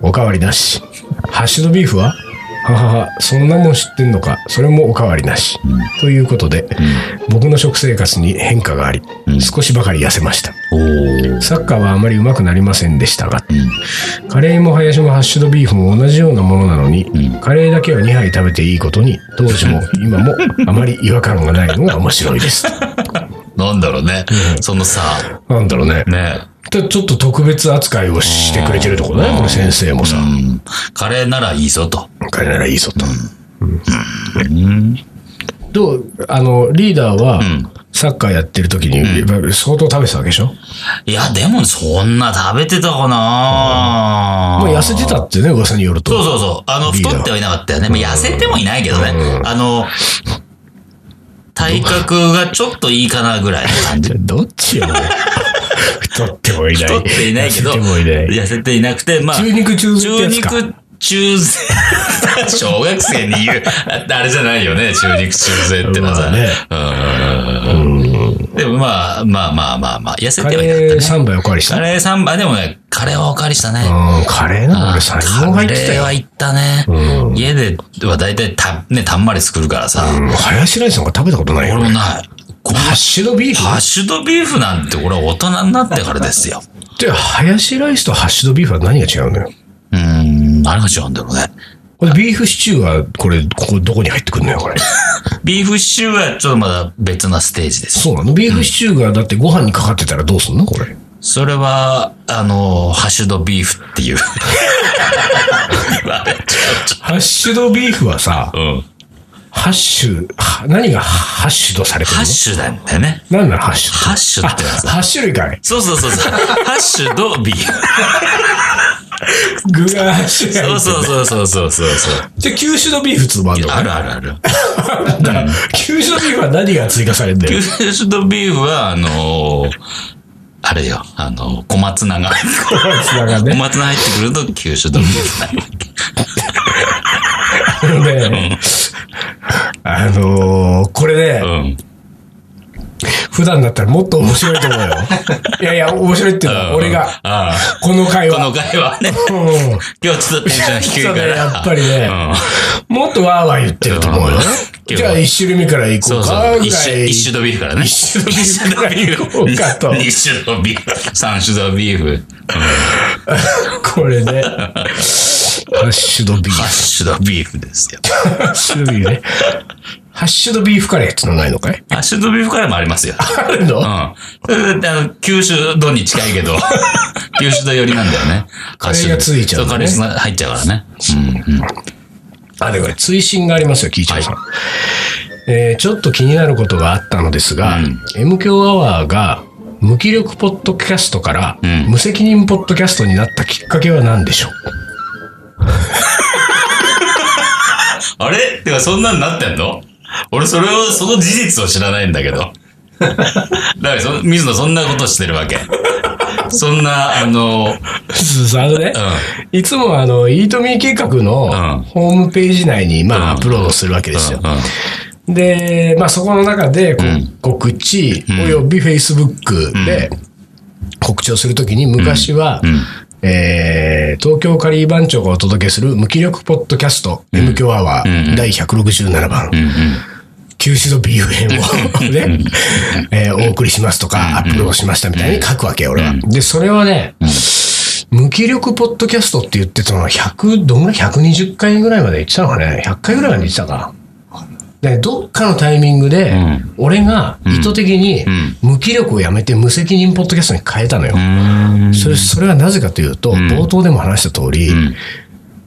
[SPEAKER 3] おかわりなし。ハッシュドビーフはははは、そんなもん知ってんのか。それもおかわりなし。ということで、僕の食生活に変化があり、
[SPEAKER 2] うん
[SPEAKER 3] 少しばかり痩せました。
[SPEAKER 2] おー。
[SPEAKER 3] サッカーはあまり上手くなりませんでしたが、
[SPEAKER 2] うん。
[SPEAKER 3] カレーもハヤシもハッシュドビーフも同じようなものなのに、
[SPEAKER 2] ん
[SPEAKER 3] カレーだけは2杯食べていいことに、当時も今もあまり違和感がないのが面白い です。
[SPEAKER 2] なんだろうね。そのさ、
[SPEAKER 3] なんだろうね。
[SPEAKER 2] ね。
[SPEAKER 3] でちょっと特別扱いをしてくれてるところね、これ先生も
[SPEAKER 2] う
[SPEAKER 3] さ。
[SPEAKER 2] ん。カレーならいいぞと。
[SPEAKER 3] 彼ならいいぞと。
[SPEAKER 2] うん。
[SPEAKER 3] どうあの、リーダーは
[SPEAKER 2] ん、
[SPEAKER 3] サッカーやってる時に、やっぱり相当食べてたわけでしょ
[SPEAKER 2] いや、でもそんな食べてたかな
[SPEAKER 3] もう痩せてたってね、噂によると。
[SPEAKER 2] そうそうそう。あの、
[SPEAKER 3] リーダー
[SPEAKER 2] 太ってはいなかったよね。まあ痩せてもいないけどね。あの、体格がちょっといいかなぐらいの感じ。
[SPEAKER 3] じゃあどっちよ、もう 太ってもいない。
[SPEAKER 2] 太っていないけど、
[SPEAKER 3] 痩せてもいない。
[SPEAKER 2] 痩せていなくて、まあ、
[SPEAKER 3] 中肉中背ってや
[SPEAKER 2] 中
[SPEAKER 3] つか
[SPEAKER 2] 肉中背。小学生に言う、ああれじゃないよね、中肉中背ってのはさ。うんでもまあ、まあまあまあまあ、痩せ
[SPEAKER 3] カ
[SPEAKER 2] てはいな
[SPEAKER 3] レー
[SPEAKER 2] かったね。
[SPEAKER 3] 3杯おかわりした
[SPEAKER 2] カレー3杯、でもね、カレーはおかわりしたね。
[SPEAKER 3] うん、カレーなの俺才能
[SPEAKER 2] カ
[SPEAKER 3] 入ってた
[SPEAKER 2] レー
[SPEAKER 3] よ。
[SPEAKER 2] は行ったね。
[SPEAKER 3] う
[SPEAKER 2] 家では大体た、ね、たんまり作るからさ。
[SPEAKER 3] うん、林ライスなんか食べたことないよ。
[SPEAKER 2] 俺も
[SPEAKER 3] ハ
[SPEAKER 2] ない。この
[SPEAKER 3] ッシュドビーフ
[SPEAKER 2] ハッシュドビーフなんて俺は大人になってからですよ。
[SPEAKER 3] って、林ライスとハッシュドビーフは何が違うのよ。
[SPEAKER 2] うーん、何が違うんだろうね。
[SPEAKER 3] これビーフシチューは、これ、ここどこに入ってくるのよ、これ。
[SPEAKER 2] ビーフシチューはちょっとまだ別なステージです。
[SPEAKER 3] そうなのビーフシチューが、だってご飯にかかってたらどうすんのこれ。
[SPEAKER 2] それは、あの、ハッシュドビーフっていう。
[SPEAKER 3] ハッシュドビーフはさ、
[SPEAKER 2] うん。
[SPEAKER 3] ハッシュ、は何がハッシュドされてる
[SPEAKER 2] ハッシュなんだよね。
[SPEAKER 3] の何なのハッシュド。
[SPEAKER 2] ハッシュってやつ。
[SPEAKER 3] 8種類かい。
[SPEAKER 2] そうそうそ うそう。ハッシュドビーフ。
[SPEAKER 3] 具が8種類入
[SPEAKER 2] そう
[SPEAKER 3] ってる
[SPEAKER 2] そうそうそうそうそうそう。
[SPEAKER 3] じゃあ、9種のビーフっつうのもあるの
[SPEAKER 2] あるあ るある。
[SPEAKER 3] だ9種のビーフは何が追加されて
[SPEAKER 2] ビ
[SPEAKER 3] る
[SPEAKER 2] ーフシュドビーフは、あのーあれよ、あのー小松菜が。
[SPEAKER 3] つなが
[SPEAKER 2] 小
[SPEAKER 3] ね。
[SPEAKER 2] 松菜入ってくると、九州ドビーフ。
[SPEAKER 3] あのね、あのー、これ
[SPEAKER 2] う
[SPEAKER 3] ね、
[SPEAKER 2] ん。
[SPEAKER 3] 普段だったらもっと面白いと思うよ。いやいや、面白いっていうの
[SPEAKER 2] うん
[SPEAKER 3] は、俺が、
[SPEAKER 2] あ
[SPEAKER 3] この会
[SPEAKER 2] あ。この
[SPEAKER 3] 話。
[SPEAKER 2] 回はね、
[SPEAKER 3] うん
[SPEAKER 2] 今日ちょっとテンション低いから。
[SPEAKER 3] やっぱりね
[SPEAKER 2] うん
[SPEAKER 3] もっとわーわー言ってると思うよね
[SPEAKER 2] うん。
[SPEAKER 3] じゃあ、1種類目からいこ
[SPEAKER 2] そうう
[SPEAKER 3] か、
[SPEAKER 2] そう。
[SPEAKER 3] ぐ
[SPEAKER 2] 一
[SPEAKER 3] ら
[SPEAKER 2] 種、
[SPEAKER 3] い。
[SPEAKER 2] 一種ドビーフからね。
[SPEAKER 3] 一種ドビーフから行こうかと
[SPEAKER 2] 一種ドビーフ。三種ドビーフ。うん
[SPEAKER 3] これね。ハッシュドビーフ。
[SPEAKER 2] ハッ
[SPEAKER 3] ハ
[SPEAKER 2] シュドビーフですよ。
[SPEAKER 3] ッシュドビーフね。ハッシュドビーフカレーってのないのかい
[SPEAKER 2] ハッシュドビーフからもありますよ。
[SPEAKER 3] あるの
[SPEAKER 2] うん。それで、あの、九州度に近い けど、九州度寄りなんだよね。
[SPEAKER 3] カレーがついちゃうん
[SPEAKER 2] そう、
[SPEAKER 3] だ
[SPEAKER 2] カ
[SPEAKER 3] ね
[SPEAKER 2] レーが入っちゃうからね。うん。うん
[SPEAKER 3] あ、でこれ、追伸がありますよ、キーちゃんさん。えーちょっと気になることがあったのですが、
[SPEAKER 2] うん
[SPEAKER 3] M 強アワーが無気力ポッドキャストから
[SPEAKER 2] うん
[SPEAKER 3] 無責任ポッドキャストになったきっかけは何でしょう、
[SPEAKER 2] あれてか、そんなんなってんの俺、それを、その事実を知らないんだけど。だからそ、水野そんなことしてるわけ。そんな、あの、
[SPEAKER 3] あのね、いつもあの、イートミー計画
[SPEAKER 2] うん
[SPEAKER 3] のホームページ内に、まあ、
[SPEAKER 2] うん
[SPEAKER 3] アップロードするわけですよ。
[SPEAKER 2] うん
[SPEAKER 3] で、まあ、そこの中で、こう
[SPEAKER 2] うん
[SPEAKER 3] 告知、および Facebook で、告知をするときに、昔は、
[SPEAKER 2] うん
[SPEAKER 3] えー東京カリー番長がお届けする無気力ポッドキャスト、M 強アワー、
[SPEAKER 2] うん
[SPEAKER 3] 第167番、
[SPEAKER 2] うんうん
[SPEAKER 3] 九州のビーフ編を ね、えーお送りしますとか、アップロードしましたみたいに書くわけよ、俺は。で、それはね、無気力ポッドキャストって言ってたのは、100、どんぐらい ?120 回ぐらいまで言ってたのかね ?100 回ぐらいまで言ってたか。でどっかのタイミングで、
[SPEAKER 2] ん
[SPEAKER 3] 俺が意図的に
[SPEAKER 2] ん
[SPEAKER 3] 無気力をやめて無責任ポッドキャストに変えたのよ。
[SPEAKER 2] うん。
[SPEAKER 3] それそれはなぜかというと、冒頭でも話した通り、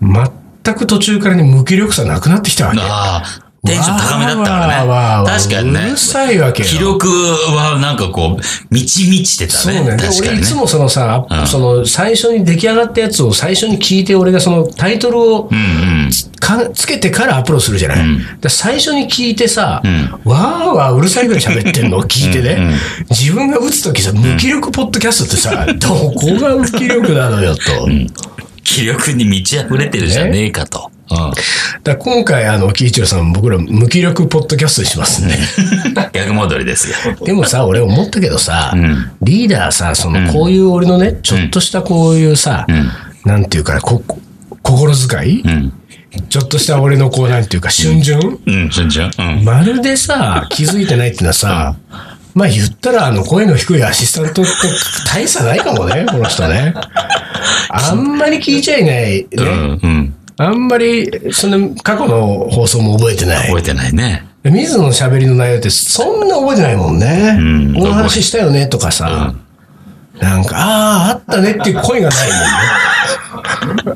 [SPEAKER 3] 全く途中からに無気力さなくなってきたわけ。
[SPEAKER 2] ああ、テンション高めだったから
[SPEAKER 3] わーわーわー
[SPEAKER 2] ね。
[SPEAKER 3] わー
[SPEAKER 2] 確かにね。
[SPEAKER 3] うるさいわけよ。
[SPEAKER 2] 記録はなんかこう、満ち満ちてた
[SPEAKER 3] そう
[SPEAKER 2] ね。
[SPEAKER 3] ね。で、
[SPEAKER 2] 確か
[SPEAKER 3] 俺
[SPEAKER 2] に
[SPEAKER 3] い
[SPEAKER 2] ね
[SPEAKER 3] つ。もそのさ、
[SPEAKER 2] うん
[SPEAKER 3] その最初に出来上がったやつを最初に聞いて、俺がそのタイトルを
[SPEAKER 2] うんうん。
[SPEAKER 3] かつけてからアップロードするじゃない。で最初に聞いてさ、
[SPEAKER 2] う
[SPEAKER 3] わーわーうるさいぐらい喋ってんのを聞いてね、自分が打つときさ、無気力ポッドキャストって さ、どこが無気力なのよと。
[SPEAKER 2] 気力に満ち溢れてるじゃねえかと。う
[SPEAKER 3] だから今回、あの、喜一郎さん、僕ら無気力ポッドキャストにしますんで。
[SPEAKER 2] ん。逆戻りですよ。
[SPEAKER 3] でもさ、俺思ったけどさ、
[SPEAKER 2] ん
[SPEAKER 3] リーダーさ、その、こういう俺のね、ちょっとしたこういうさ、なんていうか、こ、心遣い、
[SPEAKER 2] うん。
[SPEAKER 3] ちょっとした俺のこう、なんていうか、瞬順、
[SPEAKER 2] うん、しんちゃん。うん。
[SPEAKER 3] まるでさ、気づいてないっていうのはさ、まあ言ったら、あの、声の低いアシスタントと大差ないかもね、この人ね。あんまり聞いちゃいない、
[SPEAKER 2] う
[SPEAKER 3] ね。
[SPEAKER 2] ん、うん。
[SPEAKER 3] あんまり、その、過去の放送も覚えてない。
[SPEAKER 2] 覚えてないね。
[SPEAKER 3] 水野の喋りの内容ってそんな覚えてないもんね。
[SPEAKER 2] ん
[SPEAKER 3] この話したよねとかさ、なんか、ああ、あったねっていう声がないもんね。うん
[SPEAKER 2] うん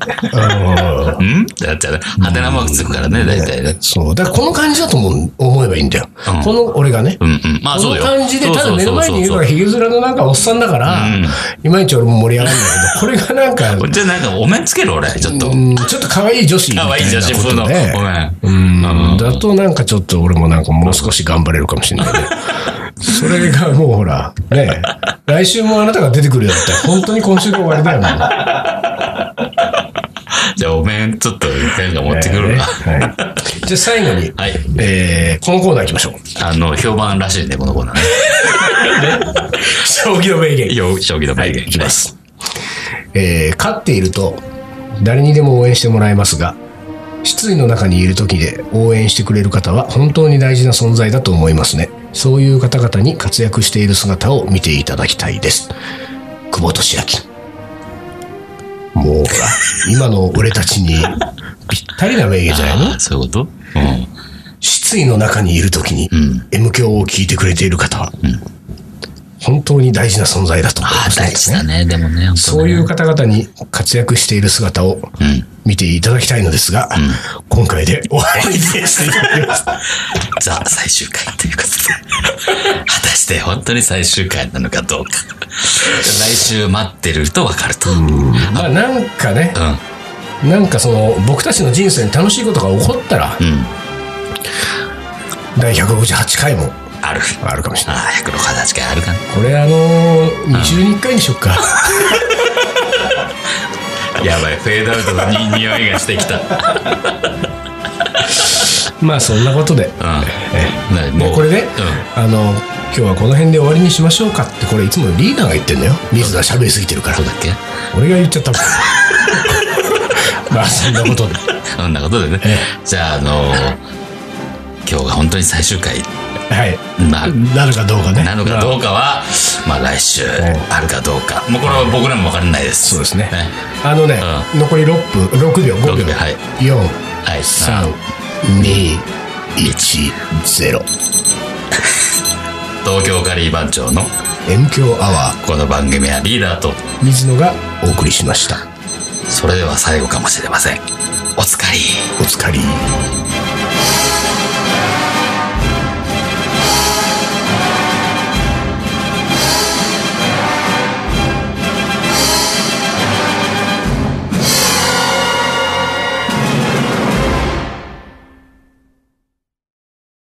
[SPEAKER 2] だってね、はてなマークつくからね、大体ね。
[SPEAKER 3] そう。だからこの感じだと思う思えばいいんだよ。
[SPEAKER 2] うん
[SPEAKER 3] この、俺がね。
[SPEAKER 2] うんうん。まあ
[SPEAKER 3] こ
[SPEAKER 2] そう
[SPEAKER 3] の
[SPEAKER 2] よ。
[SPEAKER 3] 感じで、ただ目の前にいるから、
[SPEAKER 2] そうそうそうそう
[SPEAKER 3] ヒゲ面のなんかおっさんだから、いまいち俺も盛り上がるんだけど、これがなんか、
[SPEAKER 2] これじゃあなんかお面つける俺、ちょっと
[SPEAKER 3] う。んちょっと可愛い女子みたい
[SPEAKER 2] 可
[SPEAKER 3] な
[SPEAKER 2] 愛い女子
[SPEAKER 3] こ
[SPEAKER 2] 風
[SPEAKER 3] と
[SPEAKER 2] のお
[SPEAKER 3] ね。
[SPEAKER 2] 面。
[SPEAKER 3] うんだとなんかちょっと俺もなんかもう少し頑張れるかもしれない ね。それがもうほら、ねえ来週もあなたが出てくるよって、本当に今週で終わりだよね。
[SPEAKER 2] じゃあお面ちょっと、なんか持ってくるわ。
[SPEAKER 3] はい、じゃあ最後に、
[SPEAKER 2] はい。
[SPEAKER 3] えー、このコーナー行きましょう。
[SPEAKER 2] あの、評判らしいね、このコーナーね。
[SPEAKER 3] 将棋の名言。
[SPEAKER 2] よ将棋の名言。い
[SPEAKER 3] いきます。えー、勝っていると誰にでも応援してもらえますが失意の中にいる時で応援してくれる方は本当に大事な存在だと思いますねそういう方々に活躍している姿を見ていただきたいです久保利明もうほら今の俺たちにぴったりな名言じゃないの
[SPEAKER 2] あーそういうこと
[SPEAKER 3] 失意の中にいる時に
[SPEAKER 2] ん
[SPEAKER 3] M 響を聞いてくれている方は、本当に大事な存在だと思い
[SPEAKER 2] あ
[SPEAKER 3] ま
[SPEAKER 2] ー
[SPEAKER 3] すね
[SPEAKER 2] 大事だね、でもね。本当ね
[SPEAKER 3] そういう。方々に活躍している姿を見ていただきたいのですが、今回で終わりです。
[SPEAKER 2] ザ、最終回ということで。果たして本当に最終回なのかどうか。来週待ってるとわかると。うん。
[SPEAKER 3] まあなんかね、なんかその僕たちの人生に楽しいことが起こったら、
[SPEAKER 2] うん。
[SPEAKER 3] 第158回も
[SPEAKER 2] ある。
[SPEAKER 3] あるかもしれない。
[SPEAKER 2] ああ、168回あるかな。
[SPEAKER 3] これあのー、2週に1回にしよっか。
[SPEAKER 2] やばい、フェードアウトのに匂いがしてきた。
[SPEAKER 3] まあそんなことで、
[SPEAKER 2] うん。
[SPEAKER 3] ねこれで、
[SPEAKER 2] うん。
[SPEAKER 3] あの今日はこの辺で終わりにしましょうかってこれいつもリーダーが言ってんだよ。水が喋りすぎてるから
[SPEAKER 2] そう。だっけ
[SPEAKER 3] 俺が言っちゃったもん。 まあそんなことで。
[SPEAKER 2] そんなことでね。じゃあ、あのー、今日が本当に最終回、
[SPEAKER 3] はい。
[SPEAKER 2] まあ、
[SPEAKER 3] なるかどうかね。
[SPEAKER 2] なのかどうかは、まあ来週あるかどうか。もうこれは僕らもわからないです。
[SPEAKER 3] そうですね。あのね、
[SPEAKER 2] う
[SPEAKER 3] 残り6分、6秒、5
[SPEAKER 2] 6
[SPEAKER 3] 秒。
[SPEAKER 2] 秒はい
[SPEAKER 3] 4、
[SPEAKER 2] はい。さ
[SPEAKER 3] 3、2、1、0。
[SPEAKER 2] あ、東京カリー番長の
[SPEAKER 3] M 強アワ
[SPEAKER 2] この番組はリーダーと、
[SPEAKER 3] ー、水野がお送りしました。
[SPEAKER 2] それでは最後かもしれません。おつかり。
[SPEAKER 3] お疲れ。